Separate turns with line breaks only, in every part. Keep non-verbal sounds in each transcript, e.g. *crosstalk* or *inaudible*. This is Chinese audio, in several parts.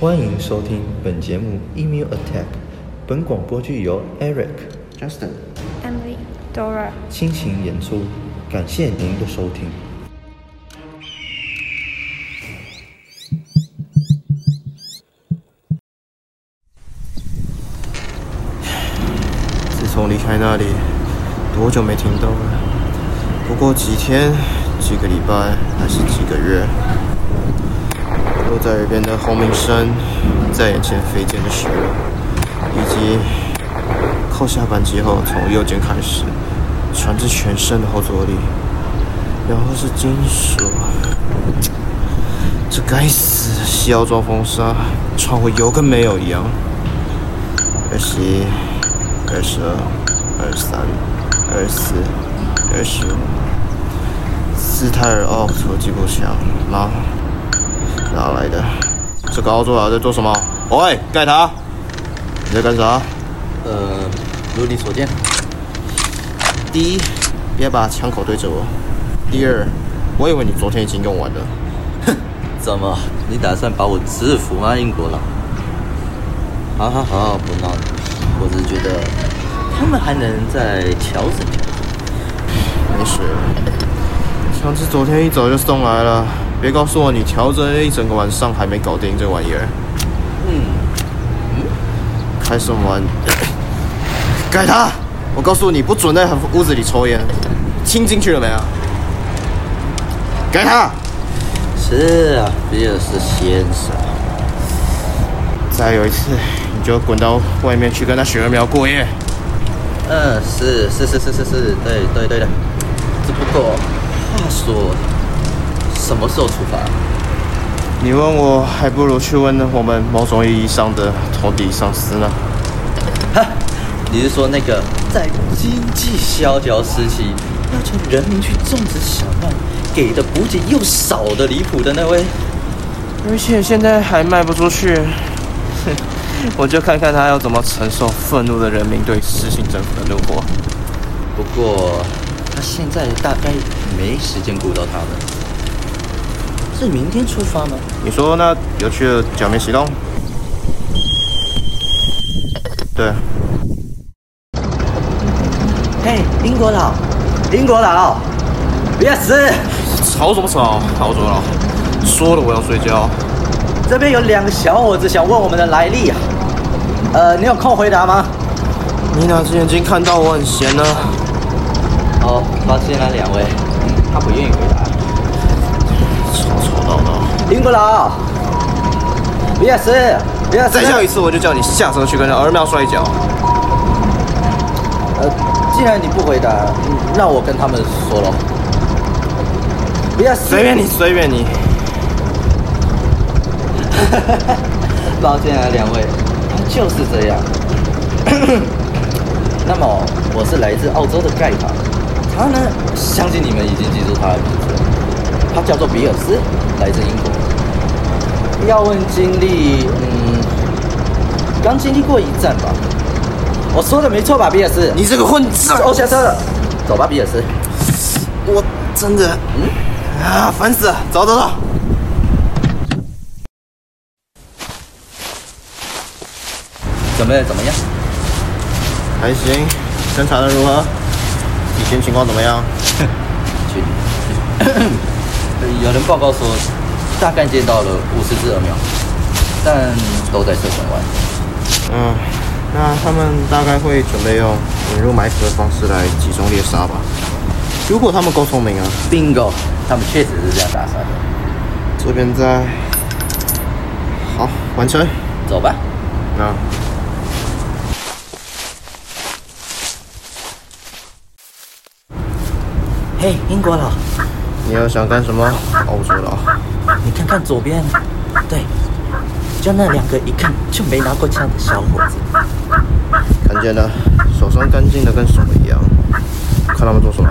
欢迎收听本节目《Email Attack》，本广播剧由 Eric、
Justin，
Emily、Dora、
亲情演出，感谢您的收听。
自从离开那里，多久没听到了？不过几天、几个礼拜还是几个月，都在耳边的轰鸣声，在眼前飞溅的食物，以及扣下扳机后从右肩开始传至全身的后坐力，然后是金属。啊这该死的西奥装风沙，窗户有跟没有一样。二十一、二十二、二十三、二十四、二十五。斯泰尔奥托吉步枪，妈，哪来的？这个澳洲啊佬在做什么？喂，盖塔，你在干啥？
呃，如你所见，
第一，别把枪口对着我。第二，我以为你昨天已经用完了。
怎么？你打算把我制服吗，英国佬？好好好，不闹了。我只是觉得他们还能再调整调整。
没水了。枪支昨天一早就送来了，别告诉我你调整了一整个晚上还没搞定这玩意儿。
嗯，
开什么玩？改他！我告诉你，不准在屋子里抽烟。亲进去了没啊？改他！
是啊，比尔是先生。
再有一次，你就滚到外面去跟那雪儿苗过夜。
嗯，是是是是是是，对对对的。只不过话说，什么时候出发？
你问我，还不如去问我们某种意义上的头底上司呢。
哈，你是说那个在经济萧条时期要求人民去种植小麦，给的补给又少的离谱的那位？
而且现在还卖不出去，哼， *laughs* 我就看看他要怎么承受愤怒的人民对失信政府的怒火。
不过他现在大概没时间顾到他们。是明天出发吗？
你说那有趣的假面启动？对，
嘿，英国佬，英国佬，别死！
吵什么吵？澳洲佬，啊说了我要睡觉。
这边有两个小伙子想问我们的来历啊。呃，你有空回答吗？
你哪只眼睛看到我很闲呢？
哦，抱歉了，两位，嗯他不愿意回答。
吵吵闹闹，
英啊国佬，别死，别死！
再叫一次我就叫你下车去跟那儿庙摔跤。
呃，既然你不回答，嗯那我跟他们说了。不要死
随便你，随便你。
抱歉啊，两位，就是这样。 *coughs* 那么我是来自澳洲的盖塔，他呢，相信你们已经记住他的名字了，他叫做比尔斯，来自英国。要问经历，嗯，刚经历过一战吧。我说的没错吧，比尔斯？
你这个混账！
我哦下车了，走吧，比尔斯。
我真的，嗯，啊，烦死了！走走走。
怎么怎么样？
还行，生产的如何？以前情况怎么样？
去 *coughs* 有人报告说，大概见到了五十只鹅苗，但都在射程外。
嗯，那他们大概会准备用引入埋伏的方式来集中猎杀吧。如果他们够聪明啊，
Bingo，他们确实是这样打算的。
这边在，好完成。
走吧。
那
嘿，英国佬，
你要想干什么？哦，我知道。
你看看左边，对，就那两个一看就没拿过枪的小伙子。
看见了，手上干净的跟什么一样。看他们做什么？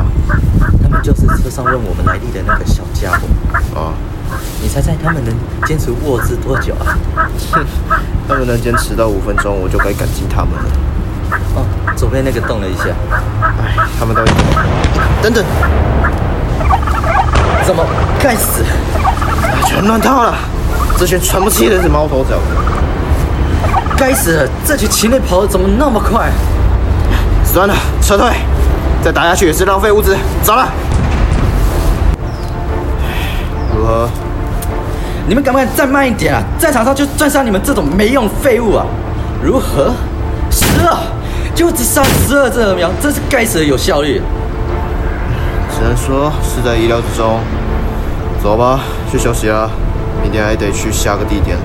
他们就是车上问我们来历的那个小家伙。
啊，
你猜猜他们能坚持卧姿多久啊？
他们能坚持到五分钟，我就该感激他们了。
哦，左边那个动了一下。
哎，他们到底怎么？等等，
怎么？该死！
全乱套了。这群喘不气的毛头小子，
该死的，这群禽类跑得怎么那么快？
算了，撤退，再打下去也是浪费物资，走了。如何？
你们敢不敢再慢一点啊？战场上就赚上你们这种没用废物啊！如何？十二，就只杀十二只禾苗，真是该死的有效率。
只能说是在意料之中。走吧，去休息了，明天还得去下个地点。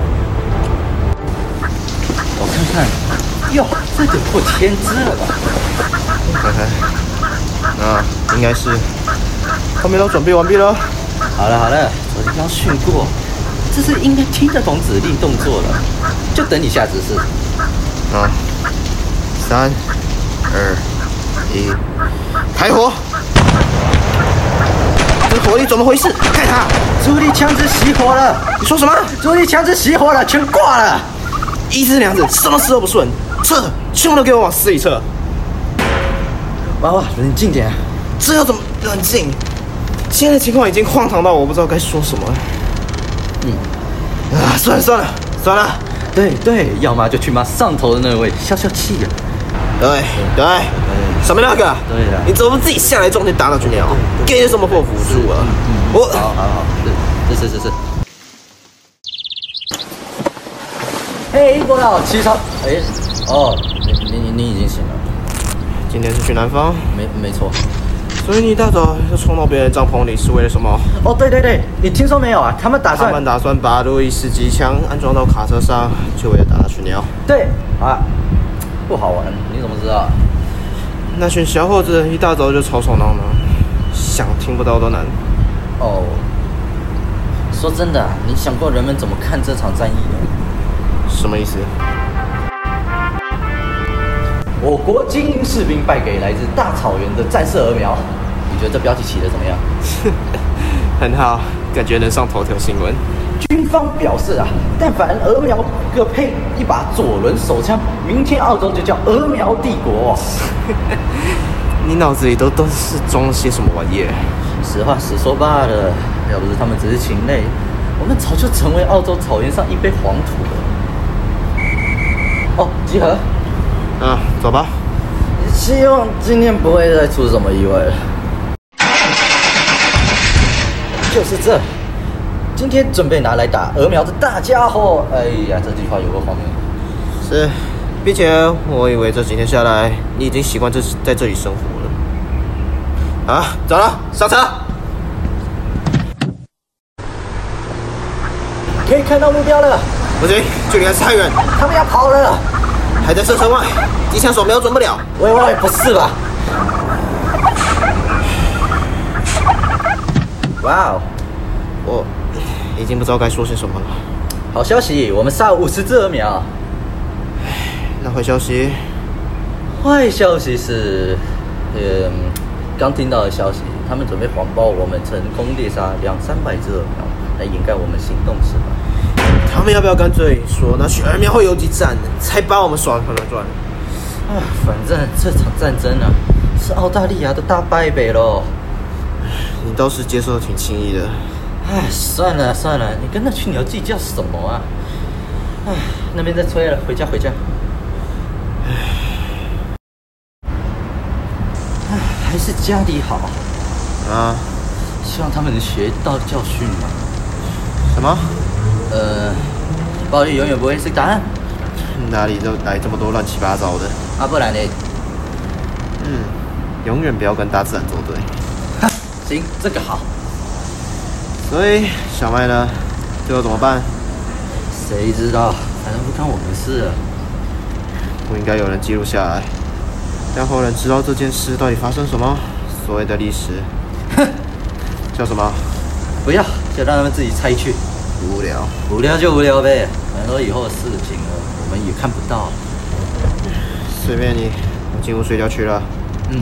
我看看，哟，这得破千只了吧？
看看，啊，应该是，他们都准备完毕了。
好了好了，昨天刚训过，这次应该听得懂指令动作了，就等你下指示。
啊，三、二、一，开火！这火力怎么回事？看他，
主力枪支熄火了，
你说什么？
主力枪支熄火了，全挂了。
一只两只，什么事都不顺，撤，全部都给我往死里撤！
娃娃，冷静点。
这要怎么冷静？现在情况已经荒唐到我不知道该说什么了。嗯，啊，算了算了算了，
对对，要么就去骂上头的那位消消气啊呀、
对对，什么那个？
对的
你怎么不自己下来撞见打脑去鸟？啊给你什么破辅助
嗯
啊？我
好好好，是是是是是。嘿，郭导，起床。哎，哦，你你你已经醒了，
今天是去南方，
没没错。
所以你一大早就冲到别人帐篷里是为了什么？
哦，对对对，你听说没有啊？他们打
他
算
们打算把路易斯机枪安装到卡车上，就为了打那群鸟。
对啊，不好玩，你怎么知道？
那群小伙子一大早就吵吵闹闹，想听不到都难。
哦，说真的啊，你想过人们怎么看这场战役吗？
什么意思？
我国精英士兵败给来自大草原的战士禾苗，你觉得这标题起的怎么样？
很好，感觉能上头条新闻。
军方表示啊，但凡鹅苗各配一把左轮手枪，明天澳洲就叫鹅苗帝国、哦。
你脑子里都都是装了些什么玩意儿？
实话实说罢了，要不是他们只是禽类，我们早就成为澳洲草原上一杯黄土了。哦，集合，
嗯，走吧。
希望今天不会再出什么意外了。就是这，今天准备拿来打鹅苗的大家伙。哎呀，这句话有个荒谬。
是，并且我以为这几天下来，你已经习惯这在这里生活了。啊，走了，上车。
可以看到目标了，
不行，距离还是太远，
他们要跑了。
还在车程外，机枪手瞄准不了。
喂喂，不是吧？哇哦，
我已经不知道该说些什么了。
好消息，我们杀五十只鹅苗。
那坏消息，
坏消息是，嗯，刚听到的消息，他们准备谎报我们成功猎杀两三百只鹅苗，来掩盖我们行动失败。
他们要不要干脆说那雪儿苗会游击战，才把我们耍团团转？
啊，反正这场战争啊，是澳大利亚的大败北喽。
你倒是接受的挺轻易的。
唉，算了算了，你跟那群鸟计较什么啊？唉，那边在催了，回家回家。唉，还是家里好，
啊？
希望他们能学到教训嘛。
什么？ *laughs*
呃，暴力永远不会是答案，
哪里都来这么多乱七八糟的？
啊，不然呢？
嗯，永远不要跟大自然作对。
哈，行，这个好。
所以小麦呢，最后怎么办？
谁知道？反正不关我们事啊了。
不应该有人记录下来，让后人知道这件事到底发生什么。所谓的历史，叫什么？
不要，就让他们自己猜去。
无聊。
无聊就无聊呗，反正都以后的事情了，我们也看不到。
随便你，我进屋睡觉去了。
嗯，